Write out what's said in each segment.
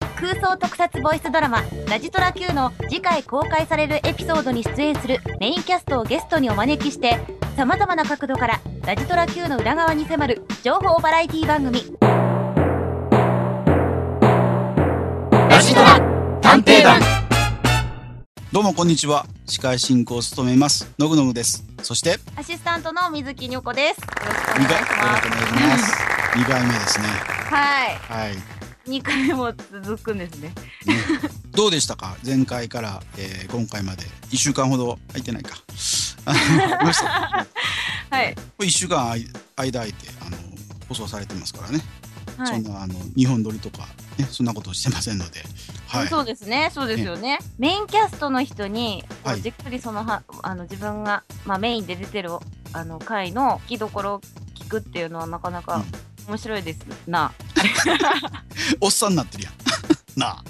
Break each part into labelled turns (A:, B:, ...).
A: 空想特撮ボイスドラマ「ラジトラ Q」の次回公開されるエピソードに出演するメインキャストをゲストにお招きしてさまざまな角度から「ラジトラ Q」の裏側に迫る情報バラエティ番組
B: ラジドラ探偵団
C: どうもこんにちは。司会進行を務めますのぐのぐです。そして
A: アシスタントの水木にょこですよろしくお
C: 2
A: 願いし
C: 回
A: ます
C: よろしくお願いします。2回目ですね。
A: はい
C: はい。
A: 2回も続くんですね
C: どうでしたか前回から、えー今回まで1週間ほど空いてないか。あありました。
A: はい、
C: 1週間あい間空いてあの放送されてますからね。
A: は
C: そん
A: い
C: なあの日本撮りとかねそんなことしてませんので。はい。
A: そうですねそうですよねメインキャストの人に、こう
C: はい
A: じっくりそのはあの自分が、まあ、メインで出てるあの回の聞きどころを聞くっていうのはなかなか面白いですな、
C: おっさんになってるやん。 なあ。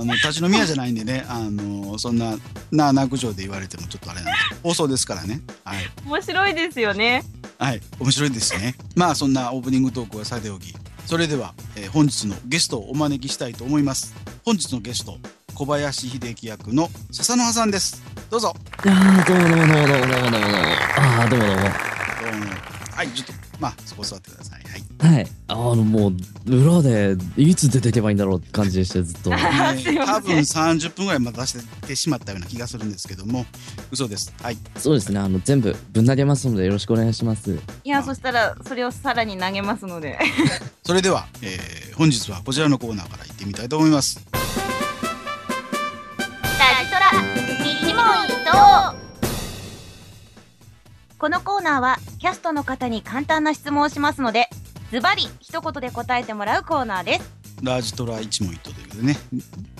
C: あの立ち飲み屋じゃないんでね、あのそんななあなあ口調で言われてもちょっとあれなんですけど放送ですからね。はい。
A: 面白いですよね
C: はい、面白いですね。まあそんなオープニングトークはさておき、それでは、えー本日のゲストをお招きしたいと思います。本日のゲスト、小林秀樹役の笹野葉さんです。どうぞ。
B: いやーどうもどうもどうもどうもどうもどうもああどうもどうも
C: どうもはい、ちょっとまあそこ座ってください。はい。
B: はいあのもう裏でいつ出ていけばいいんだろうって感じでしてずっと
A: あ
C: ね
A: すいません
C: 多分30分ぐらいまた出してしまったような気がするんですけども、嘘です。はい。
B: そうですねあの全部ぶん投げますのでよろしくお願いします
A: いや
C: あ
A: そしたらそれをさらに投げますので
C: それでは、えー本日はこちらのコーナーから行ってみたいと思います。
A: このコーナーはキャストの方に簡単な質問をしますのでズバリ一言で答えてもらうコーナーです
C: ラージトラ一問一答ということでね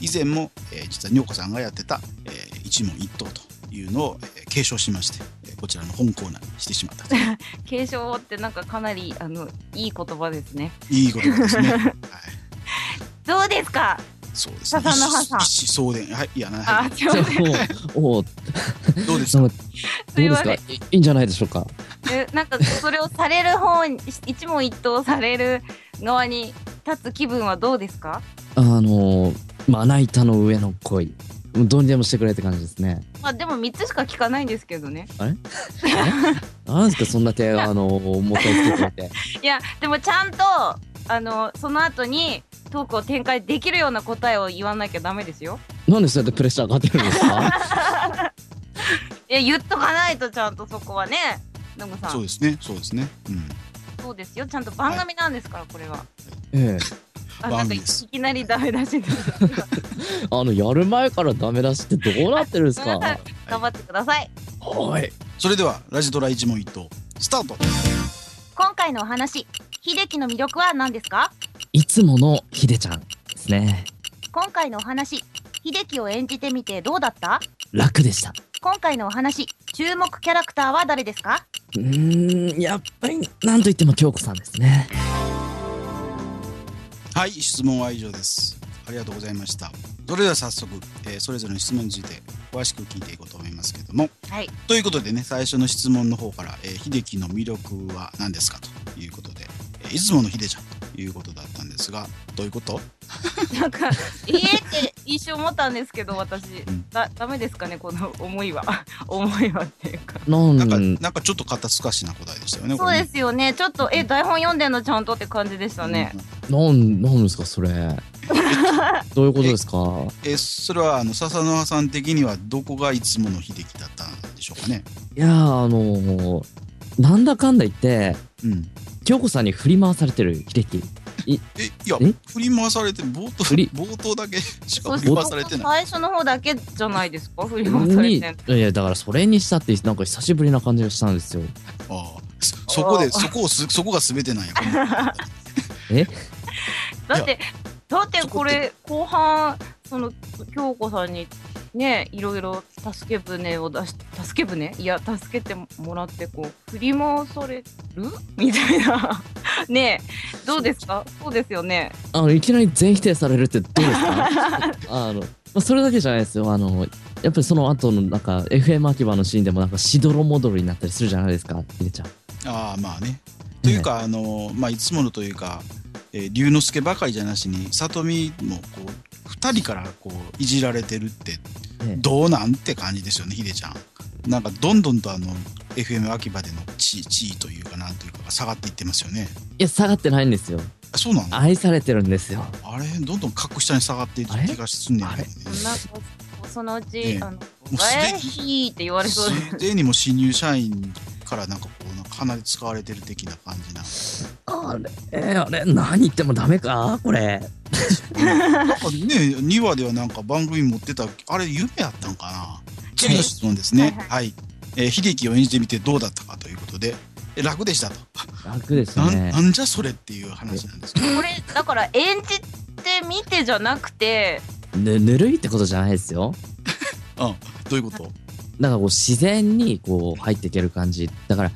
C: 以前も、えー実はにょこさんがやってた、えー一問一答というのを、えー継承しまして、えーこちらの本コーナーにしてしまった とい
A: 継承ってなんかかなりあのいい言葉ですね
C: いことで すね。はい、
A: どうですか
C: そうですね。
A: 笹野葉さん
C: 一子相伝はいいやな、は
A: あすいません
B: おおど
C: い、どうですか。
A: すい
B: ど
A: ま
B: うで
A: すせん
B: かいいいんじゃないでしょうか
A: えなんかそれをされる方に一問一答される側に立つ気分はどうですか
B: あのまな板の上の恋もうどうにでもしてくれって感じですね
A: まあでも3つしか聞かないんですけどね
B: なんですかそんだけあのもったいつけておいて
A: いやでもちゃんとあのその後にトークを展開できるような答えを言わなきゃダメですよ
B: なんでそうやってプレッシャーかかってるんですか
A: いや言っとかないとちゃんとそこはねノムさん
C: そ
A: そうう
C: ですね。そうですね。うん。
A: ですよちゃんと番組なんですから、これは
B: ええ
A: あ
C: 番
A: なんか
C: 組
A: い
C: です
A: きなりダメ出しになる
B: あのやる前からダメ出しってどうなってるんです
A: ごめんな
B: か
A: さい頑張ってください
B: はい
C: それではラジトラ一問一答スタート。
A: 今回のお話秀樹の魅力は何ですか
B: いつものひでちゃんですね。
A: 今回のお話秀樹を演じてみてどうだった
B: 楽でした。
A: 今回のお話注目キャラクターは誰ですか
B: うーん、やっぱり、なんといっても京子さんですね。
C: はい、質問は以上です。ありがとうございました。それでは早速、えーそれぞれの質問について詳しく聞いていこうと思いますけども。
A: はい
C: ということでね、最初の質問の方から、えー秀樹の魅力は何ですかということで、えーいつもの秀ちゃんということだったんですが、どういうこと
A: なん か「ええ」って一瞬思ったんですけど私
C: ん
A: だダメですかねこの思いは 思いはっていうか
B: なん
C: なんか、なんかちょっと肩透かしな答えでしたよね、
A: そうですよねちょっとえ台本読んでんのちゃんとって感じでした
C: これ
A: ね
C: ね。
B: なん、なんですか、それ。どういうことですか。
C: えーそれは、あの、笹野葉さん的には、どこがいつもの秀樹だったんでしょうかね。
B: いやー、あのーなんだかんだ言って、
C: うん。
B: 京子さんに振り回されてる秀樹。
C: え、いや、
B: え
C: 振り回されて、冒頭、
B: 振り
C: 冒頭だけし
A: そ
C: か
A: し
C: 振
A: て
C: り回されてな
A: 最
C: い。
A: 初の方だけじゃないですか振り回され
B: に、い
A: て
B: や、だから、それにしたって、なんか久しぶりな感じがしたんですよ。
C: ああ、そそこで、
A: あー
C: そこをす、そこが全てなんや。この
A: だってだってこれ後半その京子さんにねいろいろ助け舟を出し助け舟いや助けてもらってこう振り回されるみたいな ねえどうですかそうですよね
B: あの、いきなり全否定されるってどうですか あの、まあ、それだけじゃないですよ。あの、やっぱりその後のなんか FM 秋葉のシーンでもなんかしどろもどろになったりするじゃないですか、ひでちゃん。
C: ああ、まあね。というか、あの、まあ、いつものというか、えー龍之介ばかりじゃなしに、里美もこう、 2人からこういじられてるって
B: ええ
C: どうなんって感じですよねヒデちゃんなんかどんどんとあの FM 秋葉での地位地位というかなんというかが下がっていってますよね
B: いや、下がってないんですよ。
C: あそうなのあ
B: 愛されてるんですよ。
C: れどんどん格下に下がっていってる気がすんねん
B: あ
C: ね
B: れ
A: そんなもうそのうち、
C: ええ
A: あの「
C: うすでに
A: えひ」って言われそうです
C: すでにもう新入社員からなんかこうなんか鼻で使われてる的な感じな
B: あれ、えあれ、何言ってもダメかこれ。
C: なんかね2話ではなんか番組持ってたあれ夢やったんかな次の質問ですね
A: はい
C: はい、えー秀樹を演じてみてどうだったかということでえ楽でしたと、
B: 楽です
C: なん
B: ね
C: な。んじゃそれっていう話なんですけど
A: これだから演じてみてじゃなくて
B: ぬ、ぬるいってことじゃないですよ。
C: どういうこと
B: なんかこう、自然にこう、入っていける感じ。だから、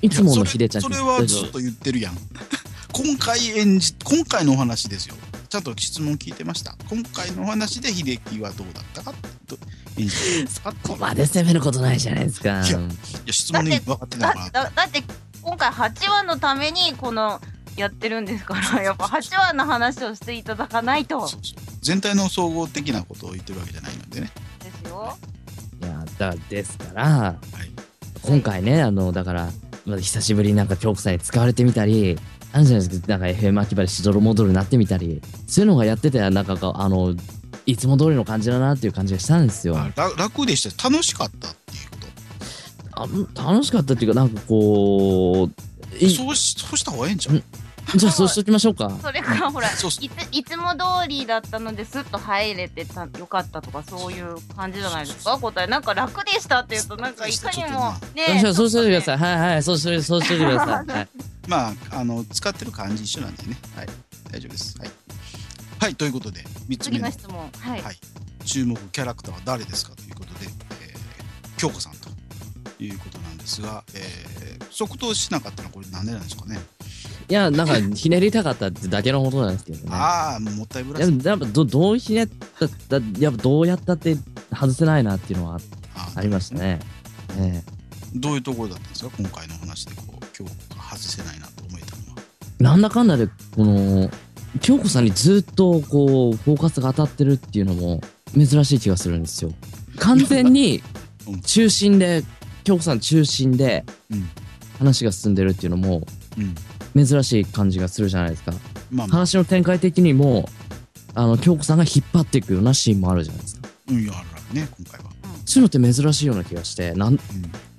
B: いつものヒデちゃん
C: そ
B: って
C: れそれはずっと言ってるやん 今回演じ今回のお話ですよちゃんと質問聞いてました今回のお話で秀樹はどうだったかと演じてますか
B: ここまで攻めることないじゃないですか。
C: いやいや質問ね分かってな
A: だ
C: いの かな
A: だだって今回8話のためにこのやってるんですからやっぱ8話の話をしていただかないと
C: そうそう全体の総合的なことを言ってるわけじゃないのでね
A: ですよ。
B: いや、だ、ですから、
C: はい
B: 今回ね、あの、だから、まあ、久しぶりになんか京子さんに使われてみたり、あるじゃないですか、なんか FM 秋葉でしどろもどろになってみたり、そういうのがやってて、なんかこう、あの、いつも通りの感じだなっていう感じがしたんですよ。
C: あら楽でした楽しかったっていうこと
B: あ楽しかったっていうか、なんかこう、い
C: そうしそうした方がええんちゃう、
B: うんじゃあそうしときましょう か。
A: それからほら
C: そうそう
A: いついつも通りだったのですっと入れてたよかったとかそういう感じじゃないですか答えなんか楽でしたっていうとなんかいかにもね
B: じゃあそうしといてくだ
A: い
B: さい。はいはい、そうしといて、そうしといてください。はい、
C: まああの使ってる感じ一緒なんでねはい大丈夫ですはい、はい、ということで3つ目
A: 次
C: の
A: の質問はい、
C: はい注目キャラクターは誰ですかということで、えー京子さんということなんですが、えー即答しなかったのはこれなんでなんですかね
B: いや、なんか、ひねりたかったってだけのことなんですけどね。
C: ああもったいぶら
B: や
C: せ
B: ったぱやっぱどどうひねっただやっぱどうやったって外せないなっていうのは
C: あー
B: ありましたね。え
C: どういうところだったんですか今回のお話でこう京子が外せないなと思えたのは
B: えなんだかんだでこの京子さんにずっとこうフォーカスが当たってるっていうのも珍しい気がするんですよ。完全に
C: うん
B: 中心で京子さん中心で
C: うん
B: 話が進んでるっていうのも
C: うん
B: 珍しい感じがするじゃないですか。
C: まあまあ
B: 話の展開的にもあの京子さんが引っ張っていくようなシーンもあるじゃないですか。
C: うんいやあるあるね今回は、
B: そういうのって珍しいような気がしてなん
C: うん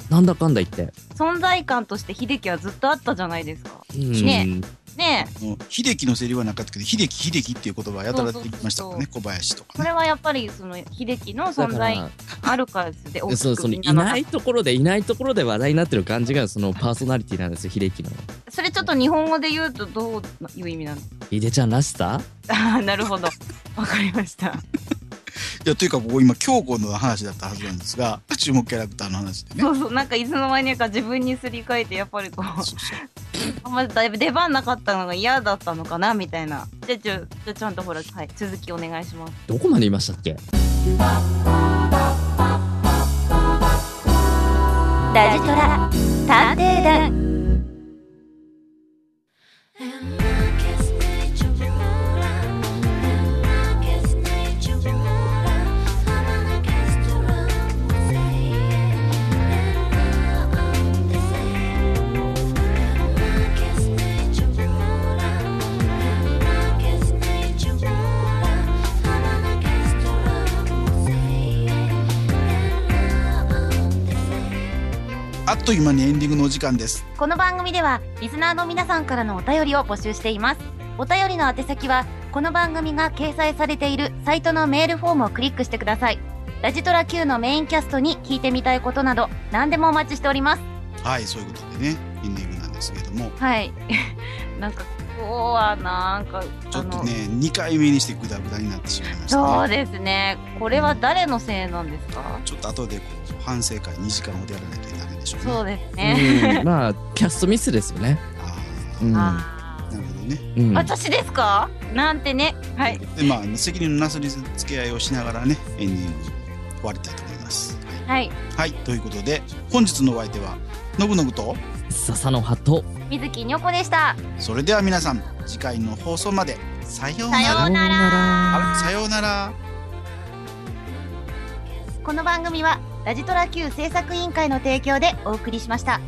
B: なんだかんだ言って。
A: 存在感として秀樹はずっとあったじゃないですか
B: うん
A: ねねえ
C: もう秀樹のセリフはなかったけど秀樹秀樹っていう言葉はやたら出てきましたからね小林とか
A: そ
C: ね
A: れはやっぱりその秀樹の存在
B: だか
A: あるからですで大
B: らそう
A: き
B: そ
A: く
B: の
A: みん
B: い
A: なの中
B: ないところでいないところで話題になってる感じがそのパーソナリティなんですよ秀樹の
A: それちょっと日本語で言うとどういう意味なん ですか
B: 秀ちゃんらしさ
A: あーなるほどわかりました
C: いやというかここ今京子の話だったはずなんですが注目キャラクターの話でね
A: そうそうなんかいつの間にか自分にすり替えてやっぱりこう
C: そうそう
A: あんまりだいぶ出番なかったのが嫌だったのかなみたいな。じゃあちょ、じゃあちゃんとほら、はい、続きお願いします。
B: どこまで言いましたっ け
D: ラジトラ探偵団
E: And I guess nature will And I guess nature will I'm guess to run say And now I'm the same And I guess nature will And I guess nature will I'm guess to run say And now I'm the same
C: あっという間にエンディングのお時間です
D: この番組ではリスナーの皆さんからのお便りを募集していますお便りの宛先はこの番組が掲載されているサイトのメールフォームをクリックしてくださいラジトラ Q のメインキャストに聞いてみたいことなど何でもお待ちしております
C: はいそういうことでねエンディングなんですけれども
A: はい。 なんか、今日はなんか、
C: ちょっとね2回目にしてグダグダになってしまいまし
A: そ
C: た
A: う
C: ね
A: ですね。これは誰のせいなんですか
C: ちょっと後でこう反省会2時間ほどやらなきゃダメでしょうね
A: そう
C: あ
A: ですね。
B: うんまあキャストミスですよね
C: あ
B: うん
A: あ
C: なるほどね、
B: うん
A: ー私ですかなんてね。はい。
C: でまあ責任のなすりつけ合いをしながらねエンディング終わりたいと思いますは
A: は
C: い
A: い。
C: はい、ということで本日のお相手はのぶのぶと
B: 笹の葉と
D: 水木にょこでした
C: それでは皆さん次回の放送までさよ
A: さ
C: うな
A: よ
C: ら
A: うな
C: あ
A: ら
C: れさようなら
A: この番組はラジトラ Q 制作委員会の提供でお送りしました